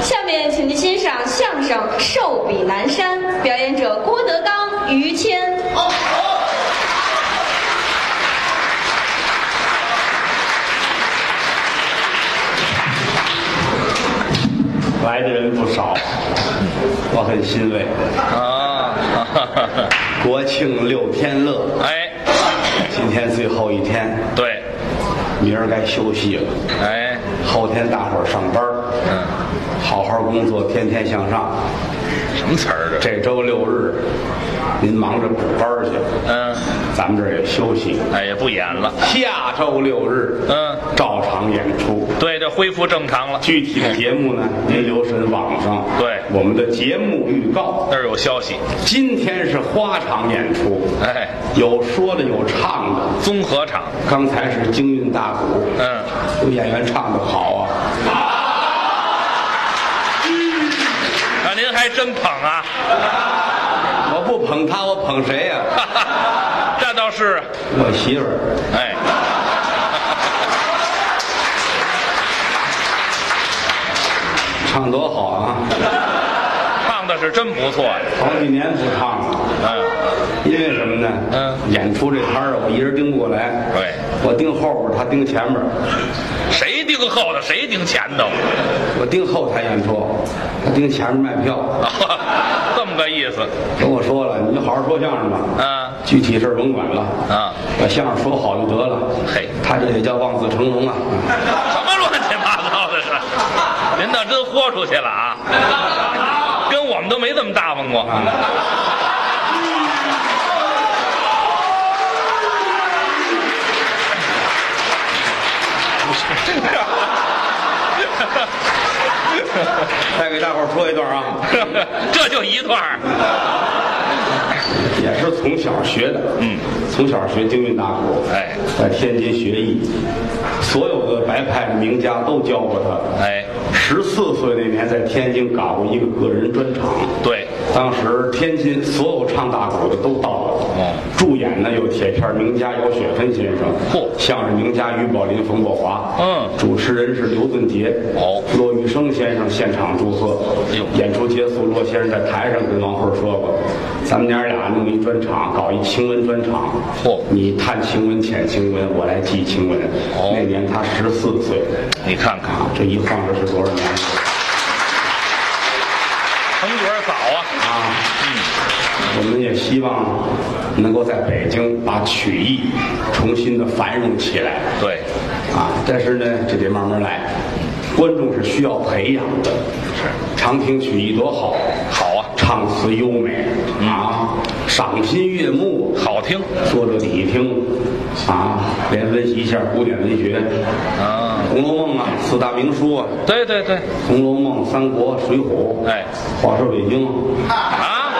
下面请您欣赏相声《寿比南山》，表演者郭德纲、于谦。来的人不少，我很欣慰。啊， 哈哈哈国庆六天乐，哎，今天最后一天，对，明儿该休息了，哎，后天大伙儿上班儿嗯，好好工作，天天向上。什么词儿这？这周六日，您忙着补班儿去，嗯，咱们这儿也休息。哎，也不演了。下周六日，嗯，照常演出。对，这恢复正常了。具体的节目呢，您留神网上。对我们的节目预告，那儿有消息，今天是花场演出，哎，有说的，有唱的。综合场，刚才是京韵大鼓，嗯，有演员唱的好啊，啊，您还真捧啊，我不捧他，我捧谁呀、 哈哈，这倒是，我媳妇儿，哎，唱多好啊！唱的是真不错呀，好几年不唱了，嗯，因为什么呢？嗯，演出这摊儿啊，我一人盯不过来。对，我盯后边儿，他盯前边儿，谁盯后头，谁盯前头， 我盯后台演出，他盯前面卖票。啊，这么个意思，跟我说了，你就好好说相声吧。嗯，具体事儿甭管了。啊，把相声说好就得了。嘿他这也叫望子成龙啊。什么乱七八糟的是？您倒真豁出去了啊！跟我们都没这么大方过。 啊， 再给大伙儿说一段啊，这就一段儿也是从小学的。嗯，从小学京韵大鼓。哎在天津学艺，所有的白派名家都教过他。哎，十四岁那年，在天津搞过一个个人专场。对，当时天津所有唱大鼓的都到了，哦助演呢有铁片名家姚雪芬先生，嚯相声名家于宝林、冯宝华，嗯主持人是刘俊杰，哦骆玉生先生现场祝贺，哎呦演出结束，骆先生在台上跟王慧说过，咱们娘俩弄一专场，搞一清文专场，嚯你探清文、浅清文，我来记清文，哦那年他十四岁，你看看，啊，这一晃这是多少年了？成角儿早啊。啊，我们也希望能够在北京把曲艺重新的繁荣起来对，啊，但是呢，这得慢慢来，观众是需要培养的。是，常听曲艺多好，好啊，唱词优美啊，赏心悦目，好听说着你听啊，连温习一下古典文学，啊。 《红楼梦》啊，四大名书啊，对对对， 《红楼梦》《三国》《水浒》，哎， 《话说北京》，啊，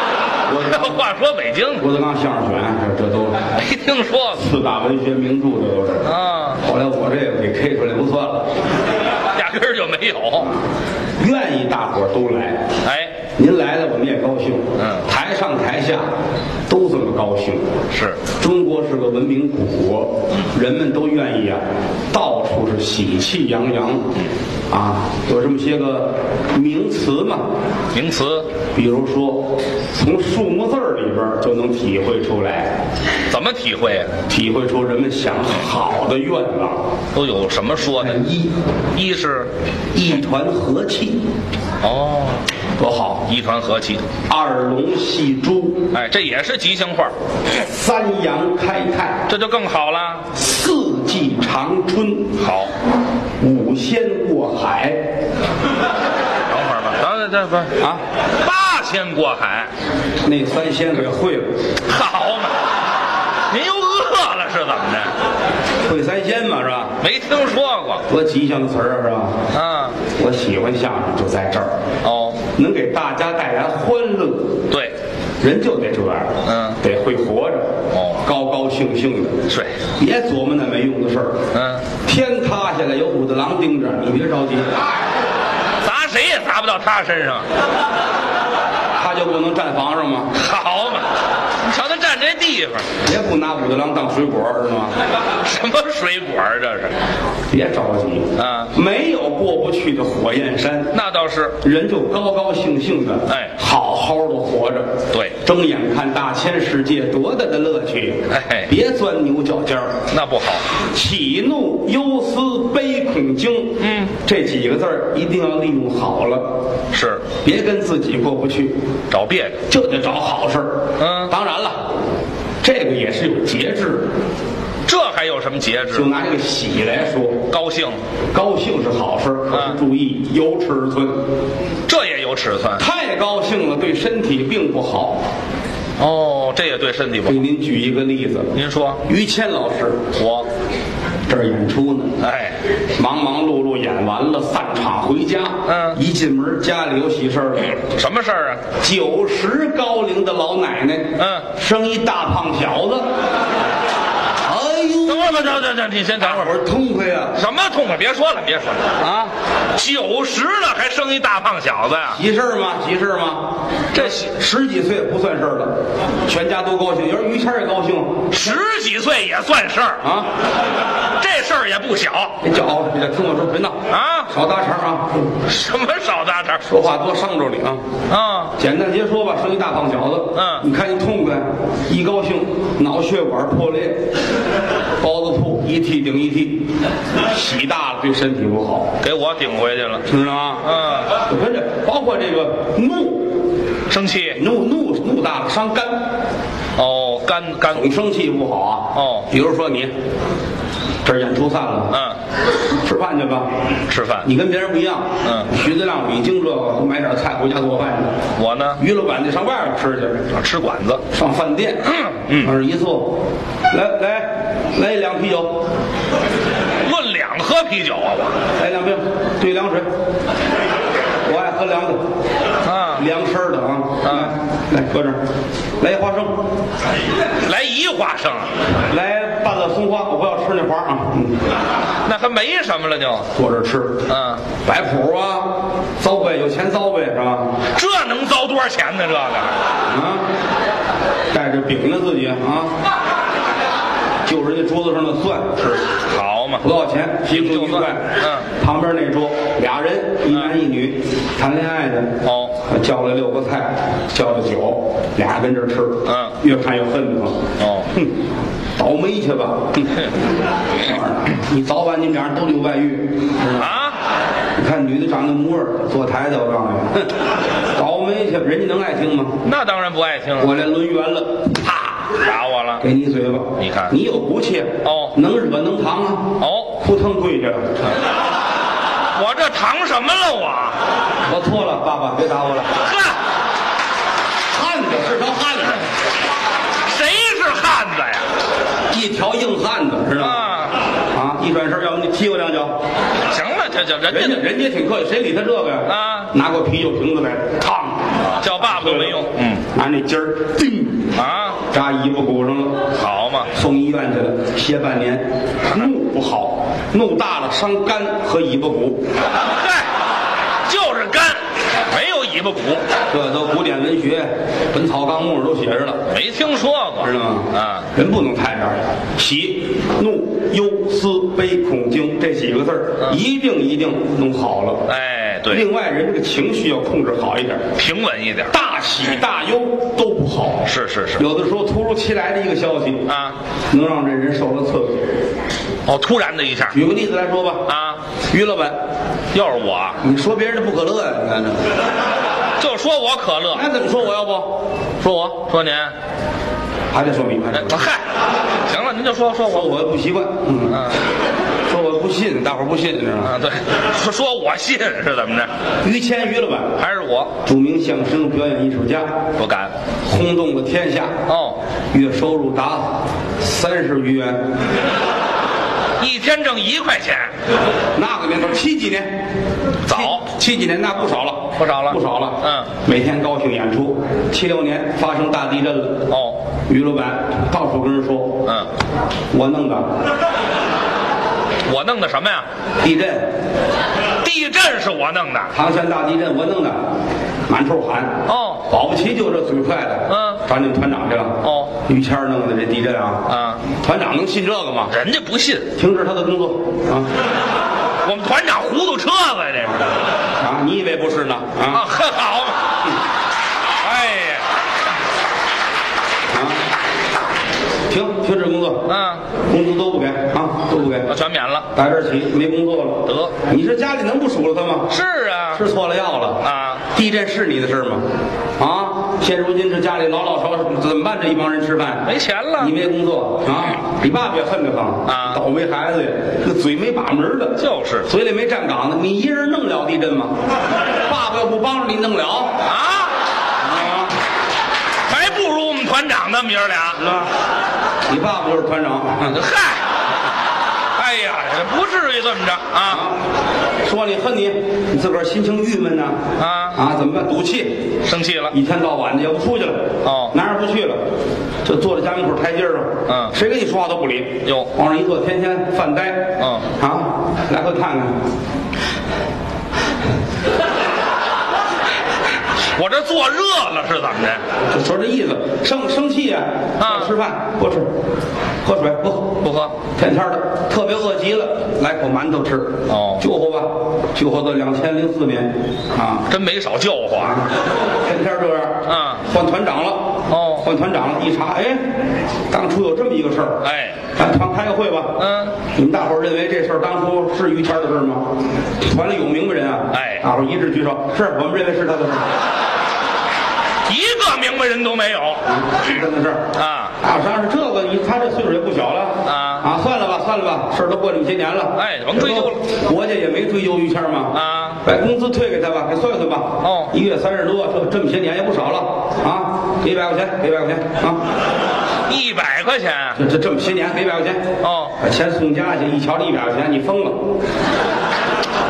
我话说北京郭德纲相声选，这这都。没听说过四大文学名著这都是。啊，后来我这个给 K 出来不算了，压根儿就没有。愿意大伙儿都来，哎，您来了我们也高兴。嗯台上台下都这么高兴。是，中国是个文明古国，人们都愿意啊，到处是喜气洋洋。啊，有这么些个名词嘛，名词比如说，从数目字儿里边儿就能体会出来，怎么体会啊？体会出人们想好的愿望。都有什么说的？一一是一团和气，哦，多好！一团和气。二龙戏珠，哎，这也是吉祥话，三阳开泰，这就更好了。四季长春，好，五仙过海等会儿吧，等等等会儿啊！八仙过海，那三仙给会了，好嘛？您又饿了是怎么着？会三仙嘛是吧？没听说过多吉祥的词儿啊是吧？啊？我喜欢相声就在这儿，哦，能给大家带来欢乐，对，人就得这样，嗯得会活着，哦高高兴兴的，是，别琢磨那没用的事儿，嗯，天塌下来有武大郎盯着，你别着急。砸谁也砸不到他身上，他就不能站房上吗？好嘛？你瞧他站占这地方，别不拿武大郎当水果儿，知道吗？什么水果啊？这是，别着急啊没有过不去的火焰山，那倒是人就高高兴兴的，哎好好的活着。对睁眼看大千世界，多大的乐趣！哎别钻牛角尖儿。那不好。喜怒忧思悲恐惊，嗯，这几个字儿一定要利用好了，是别跟自己过不去，找别扭，就得找好事儿。嗯当然了，这个也是有节制的。这还有什么节就制？拿这个喜来说，高兴，高兴是好事儿，可嗯是注意有尺寸，这也有尺寸太高兴了对身体并不好。哦，这也对身体不给好。您举一个例子，您说于谦老师我，这儿演出呢，哎，忙忙碌碌演完了，散场回家，嗯一进门家里有喜事儿了。什么事儿啊？九十高龄的老奶奶，嗯生一大胖小子，哎呦，等会儿吧，等等等，你先等会大伙儿。儿痛快呀、什么痛快？别说了，别说了，啊！啊，九十了还生一大胖小子呀、急事儿吗？急事儿吗？这十几岁不算事儿了，全家都高兴，有人于谦儿也高兴十几岁也算事儿，啊。这事儿也不小别叫嗷，别听我说，别闹，啊！少搭茬啊，什么少搭茬说话多伤着你啊。啊？简单截说吧，生一大胖小子，嗯你看你痛快，一高兴脑血管破裂，包子铺一屉顶一屉，洗大了对身体不好，给我顶回去了，知道吗？嗯，嗯，跟着包括这个怒，生气怒怒怒大了伤肝，哦，干干总生气不好啊。哦比如说你这儿演出散了，嗯，吃饭去吧，吃饭。你跟别人不一样，嗯徐德亮、李菁这个买点菜回家做饭去，我呢，于老板得上外边吃去。啊吃馆子，上饭店，嗯往这一坐，来来来一两啤酒，论两喝啤酒啊，我来两瓶兑凉水，我爱喝凉的，啊，凉身儿的啊，来来搁这儿，来一花生，来一花生，啊来半个松花，我不要吃那花啊，嗯那还没什么了就，坐这儿吃，嗯，摆谱啊，糟呗，有钱糟呗是吧？这能糟多少钱呢？这个啊，带着饼呢自己啊，就人家桌子上的蒜吃。好嘛不，多少钱，提出一万。嗯，旁边那桌俩人，一男一女，谈恋爱的。哦，叫了六个菜，叫了酒，俩跟这儿吃。嗯越看越恨得慌。哦哼，倒霉去吧！哼嗯这玩意儿 你早晚你们俩人都得有外遇。知道吗啊，你看女的长那模样，坐台的，我告诉你，哼倒霉去，人家能爱听吗？那当然不爱听了，我来抡圆了，啪，打我了，给你一嘴巴。你看你有骨气哦嗯能惹能扛啊。哦，扑腾跪下了。我这糖什么了我？我错了，爸爸，别打我了。呵，汉子是条汉子，谁是汉子呀？一条硬汉子，知道吗？啊，啊，一转身，要不你踢我两脚。行了，这这人人家家人家挺客气，谁理他这个呀？哎啊拿过啤酒瓶子来，烫，叫爸爸都没用，嗯，拿那尖儿，叮，啊，扎尾巴骨上了，好嘛，送医院去了，歇半年。怒不好，怒大了伤肝和尾巴骨，嗨，就是干，没有尾巴骨，这都古典文学，《本草纲目》都写着了。没听说过，知道吗？啊，，人不能太这样，喜、怒、忧、思、悲、恐、惊这几个字儿，一定一定弄好了。哎，啊对，另外，人这个情绪要控制好一点，平稳一点，大喜大忧都不好。是是是，有的时候突如其来的一个消息，啊，能让这人受了刺激。哦，突然的一下，举个例子来说吧，啊，于老板，要是我，你说别人的不可乐呀？你看这，啊就说我可乐，那怎么说我要不说我，说您，还得说你，还哎得说嗨，行了，您就说说我，我不习惯，嗯，嗯说我不信，大伙儿不信，你知道吗？啊，对， 说说我信是怎么着？于谦，于老板。还是我著名相声表演艺术家，不敢？轰动了天下。哦，月收入达三十余元，一天挣一块钱，那个年头七几年，早七七几年那不少了，不少了不少了。嗯，每天高兴演出。七六年发生大地震了，哦，于老板到处跟人说，嗯，我弄的我弄的什么呀？地震，地地震是我弄的，唐山大地震我弄的，满处喊。哦保不齐就这嘴快的。嗯找你们团长去了。哦，于谦儿弄的这地震啊。啊，团长能信这个吗？人家不信，停止他的工作啊我们团长糊涂车子呀，这是啊！你以为不是呢？啊，啊呵好嘛，哎呀，啊！停，停止工作。嗯，工资都不给啊，都不给。我全免了，打这儿起没工作了，得你是家里能不数落他吗？是啊，吃错了药了啊！地震是你的事儿吗？啊！现如今这家里老老少少怎么办？这一帮人吃饭没钱了嗯你没工作啊？你爸爸也恨得慌啊倒霉孩子呀，这嘴没把门儿的，就是嘴里没站岗的，你一人弄了地震 吗？爸爸要不帮着你弄了啊，啊？还不如我们团长呢，们爷儿俩。是吧？你爸爸就是团长啊嗨，哎呀，不至于这么着啊！说你恨你，你自个儿心情郁闷呢啊啊！怎么办？赌气，生气了，一天到晚的也不出去了，哦哪儿也不去了，就坐在家门口台阶上，嗯谁跟你说话都不理，哟往那一坐，天天犯呆，嗯啊，来回看看，我这坐热了是怎么的？就说这意思，生生气呀、啊吃饭不吃，喝水不喝。不喝，天天的特别饿极了，来口馒头吃。哦救活吧，救活到两千零四年，啊，真没少叫啊唤。，天天这样。嗯换团长了。哦换团长了，一查，哎，当初有这么一个事儿。哎，咱团开个会吧。嗯，你们大伙儿认为这事儿当初是于谦儿的事儿吗？团里有明白人啊。哎大伙儿一致举手，是我们认为是他的事儿，一个明白人都没有是他的事儿。啊！大伙儿商量是这个，你他这岁数也不小了啊啊，算了吧，算了吧，事儿都过这么些年了，哎甭追究了。国家也没追究于谦儿嘛啊把工资退给他吧，给算算吧。哦一月三十多，这这么些年也不少了啊，给一百块钱，给一百块钱啊，一百块钱，这这这么些年给一百块钱。哦把钱送家去，一瞧这一百块钱，你疯了，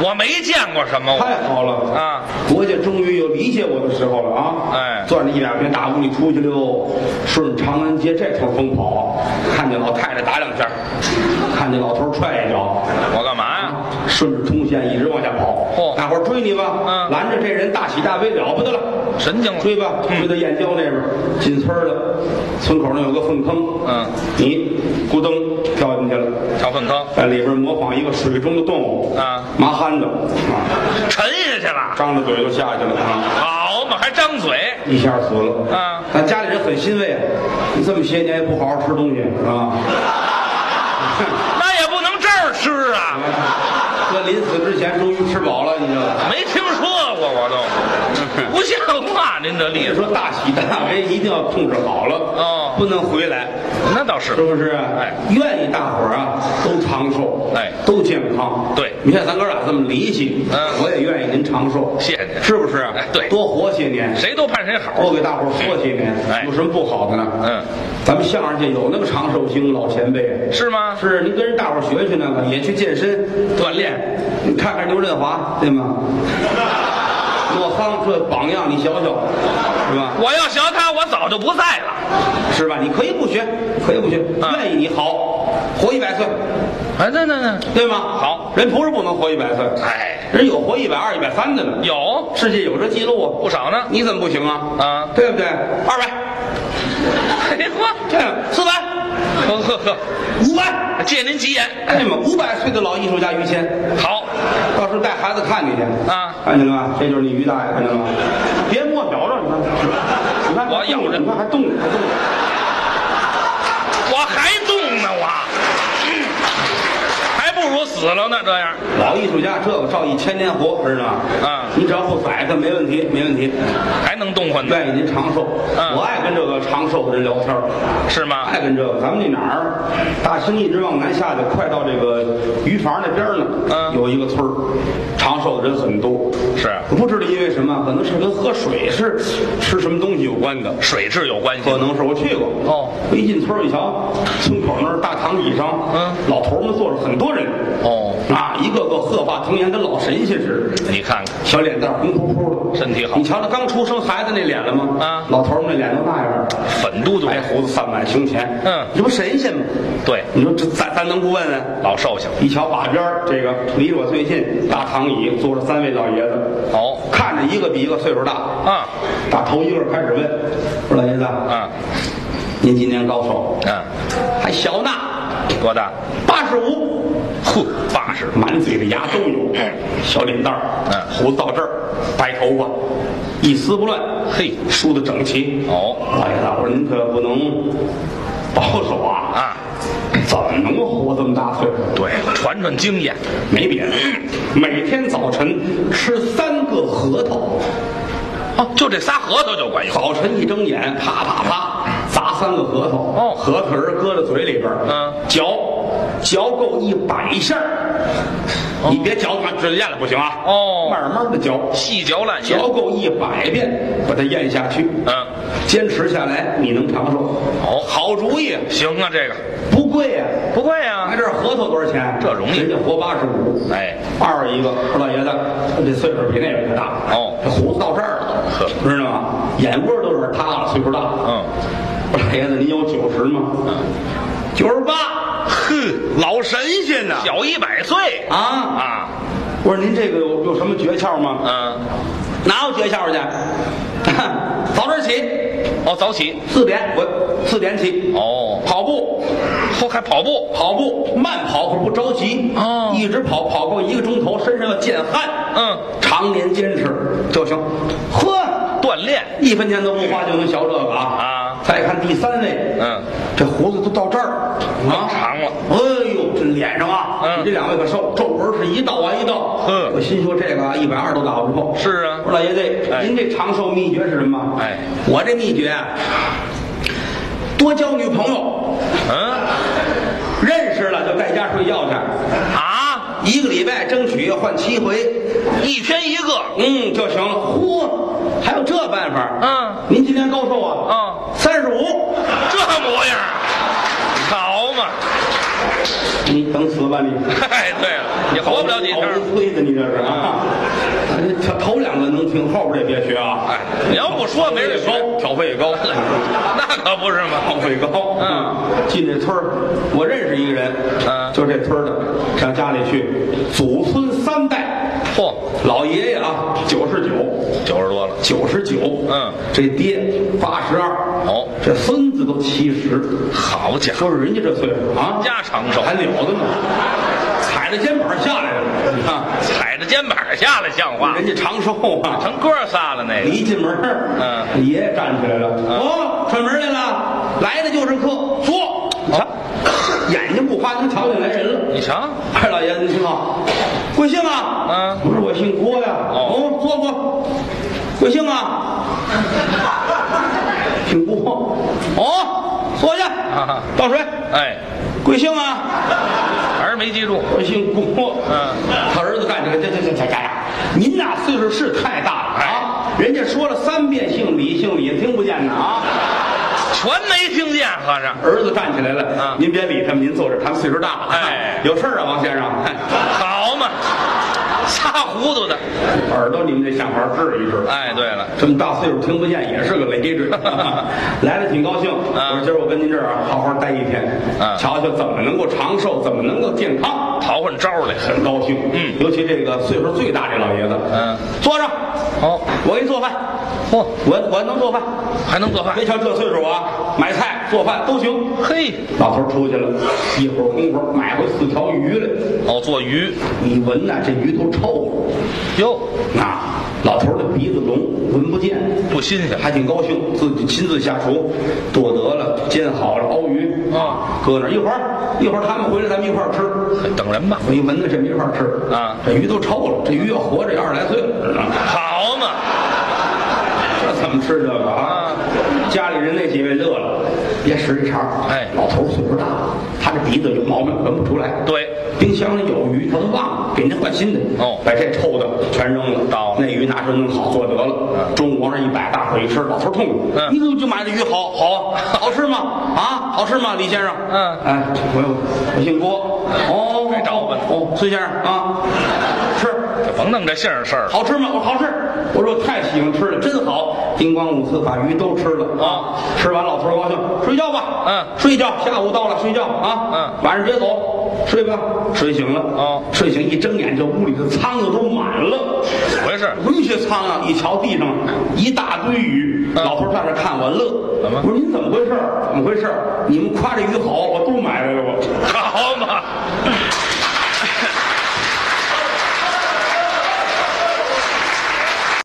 我没见过什么我太好了啊！国家终于有理解我的时候了啊！哎攥着一百块钱大屋里出去溜，顺着长安街这头疯跑，啊看见老太太打两下，看见老头踹一脚，我干嘛呀？顺着通县一直往下跑。嚯大伙儿追你吧！哦嗯拦着这人大喜大悲了不得了，神经了嗯追吧，追到燕郊那边，进村儿了，村口那有个粪坑，嗯，你咕噔跳进去了，跳粪坑，在里边模仿一个水中的动物啊麻憨子啊，沉下去了。张着嘴就下去了啊。好嘛，还张嘴，一下死了。啊咱家里人很欣慰，啊你这么些年也不好好吃东西啊。 那也不能这儿吃啊！这临死之前终于吃饱了，你知道吧？没听说过，我都不像话，您这例你子，说大喜大悲一定要控制好了，哦不能回来，那倒是是不是？哎，愿意大伙儿啊都长寿，哎都健康。对你看咱哥俩这么离奇，嗯我也愿意您长寿，谢谢是不是？哎对多活些年，谁都盼谁好。多给大伙儿说些年，哎有什么不好的呢？嗯，咱们相声界有那个长寿星老前辈啊，是吗是，您跟人大伙儿学学那个，也去健身锻炼。你看看刘振华，对吗？ 莫桑这榜样，你学学，是吧？我要学他，我早就不在了。是吧？你可以不学，可以不学，啊愿意你好，活一百岁，哎，那那那，对吗？好，人不是不能活一百岁，哎，人有活一百二、一百三的呢，有世界有这记录啊，不少呢。你怎么不行啊？啊对不对？二百，哎呵，这样四百，呵呵呵，五百。借您吉言。哎呀妈，五百岁的老艺术家于谦，好，到时候带孩子看你去啊看见了吧？这就是你于大爷，看见了吗？别摸小着，你看，你看我咬人你看还动着，还动着。我还动呢，我，还不如死了呢。这样，老艺术家这个照一千年活，知道吗？啊你只要不宰他，没问题，没问题。还能动换呢，愿意您长寿，嗯我爱跟这个长寿的人聊天儿是吗？爱跟这个，咱们那哪儿，大兴一直往南下去，快到这个鱼房那边儿呢，嗯有一个村儿，长寿的人很多，是我不知道因为什么，可能是跟喝水是吃什么东西有关的，水质有关系可。能是我去过。哦，我一进村儿一瞧，村口那儿大躺椅上，嗯老头儿们坐着很多人，哦，啊，一个个鹤发童颜，跟老神仙似的，你看看，小脸蛋儿红扑扑的，身体好你瞧他刚出生孩子那脸了吗？啊老头儿们那脸都那样儿，粉嘟嘟，白胡子散满胸前，嗯这不神仙吗？对，你说这咱咱能不问啊？老寿星。一瞧把边儿这个离我最近大躺椅坐着三位老爷子，哦，看着一个比一个岁数大，啊，打头一个开始问，说老爷子，嗯，您今年高寿？嗯，还小呢，多大？八十五，哼，八十。满嘴的牙都有，小脸蛋儿，嗯胡子到这儿，白头发，一丝不乱，嘿梳的整齐。哦老爷子，我说您可不能保守啊，啊，怎么能活这么大岁数？对了，传传经验。没别的，每天早晨吃三个核桃，哦，就这仨核桃就管用。早晨一睁眼，啪啪啪砸三个核桃，哦核桃仁儿搁在嘴里边儿，嗯嚼，嚼够一百下儿，你别嚼完直接咽了不行啊，哦慢慢的嚼，细嚼烂咽。嚼够一百遍，把它咽下去，嗯，坚持下来你能长寿，哦好主意，行啊，这个不贵啊，不贵来啊。这儿核桃多少钱？这容易人家活八十五，哎，二一个说老爷子，这岁数比那个大哦这胡子到这儿了，呵知道吗？眼窝都有点塌了，岁数大。嗯，我说老爷子，您有九十吗？九十八，哼，老神仙呐小一百岁啊啊！我说您这个有有什么诀窍吗？嗯，哪有诀窍去？早点起，哦，早起。四点我四点起，哦，跑步，后还跑步。跑步慢跑，可不着急哦一直跑跑够一个钟头，身上要见汗，嗯，常年坚持就行。呵，锻炼。一分钱都不花就能学这个啊啊！再看第三位，嗯，这胡子都到这儿啊，长了。哎呦，这脸上啊，嗯你这两位可瘦，皱纹是一道啊完一道。嗯我心说这个啊一百二都打不破。是啊我说老爷子，哎您这长寿秘诀是什么？哎，我这秘诀啊，多交女朋友，嗯认识了就在家睡觉去，啊，一个礼拜争取换七回，一天一个。嗯就行了。嚯，还有这办法？嗯您今年高寿啊？嗯三十五。这模样儿，好嘛！你等死吧你！ 哎，对了，你活不了几天好儿。 嗯意思的你这是啊！头头两个能听，后边这别学啊！哎，你要不说没人说，挑费也高， 那可不是嘛。挑费高。嗯，进这村儿，我认识一个人，嗯就这村儿的，上家里去，祖孙三代，嚯，老爷爷啊，九十九，九十多了。九十九，嗯，这爹八十二，哦这孙子都七十，好家伙，说是人家这岁数啊，家长寿还了得呢，踩着肩膀下来了，嗯你看。踩着肩膀下来像话，人家长寿啊！成哥仨了那你个。一进门，嗯，爷爷站起来了，哦，串门来了，来的就是客，坐。你瞧，眼睛不花能瞧见来人了。哦你瞧，哎，老爷子您挺好，贵姓啊？嗯不是我姓郭呀。哦哦，坐坐。贵姓啊？姓郭。哦，坐下啊。倒水。哎，贵姓啊？还是没记住。我姓郭，嗯，他儿子干这个，这这这这这呀，您呐岁数是太大了啊！哎人家说了三遍姓李，姓李听不见呢啊！全没听见，和尚。儿子站起来了，啊您别理他们，您坐这儿，他们岁数大了，哎有事儿啊，王先生，好嘛，仨糊涂的。耳朵你们得想法治一治。哎，对了，这么大岁数听不见也是个累 赘，来了挺高兴。啊我说今儿我跟您这儿啊好好待一天，啊瞧瞧怎么能够长寿，怎么能够健康，讨换招来。很高兴。嗯尤其这个岁数最大这老爷子，嗯，坐着，哦，我给你做饭，嚯，我我能做饭。还能做饭别？瞧这岁数啊，买菜做饭都行。嘿，老头儿出去了，一会儿功夫买回四条鱼来，哦，做鱼。你闻呐、这鱼都臭了。哟，啊，老头儿的鼻子聋，闻不见，不新鲜。还挺高兴，自己亲自下厨，剁得了，煎好了，熬鱼啊，搁那儿一会儿，一会儿他们回来，咱们一块儿吃。等人吧。我一闻呢，这没法吃啊这鱼都臭了，这鱼要活着也二十来岁了，啊好嘛，这 怎么吃这个啊？家里人那几位乐了，别使这茬儿。哎老头儿岁数大了，他这鼻子有毛病，闻不出来。对，冰箱里有鱼，他都忘了，给人换新的。哦把这臭的全扔了，倒了那鱼拿出来弄好做得了。嗯中午往这一摆，大伙一吃，老头儿痛快。嗯你怎么就买这鱼好好 啊？好吃吗？啊，好吃吗，李先生？嗯哎，我我姓郭。哦，来找我吧。哦，孙先生啊，吃就甭弄这姓儿事儿了。好吃吗？我说好吃。我说我太喜欢吃了，真好。叮咣五四把鱼都吃了啊！吃完老头儿高兴，睡觉吧。嗯睡觉。下午到了，睡觉啊。嗯，晚上别走，睡吧。睡醒了哦睡醒一睁眼，这屋里的苍蝇都满了。怎么回事？什么些苍蝇？一瞧地上一大堆鱼，嗯老头儿在那看我乐。怎么我说您怎么回事儿？怎么回事儿？你们夸这鱼好，我都买来了。我好嘛，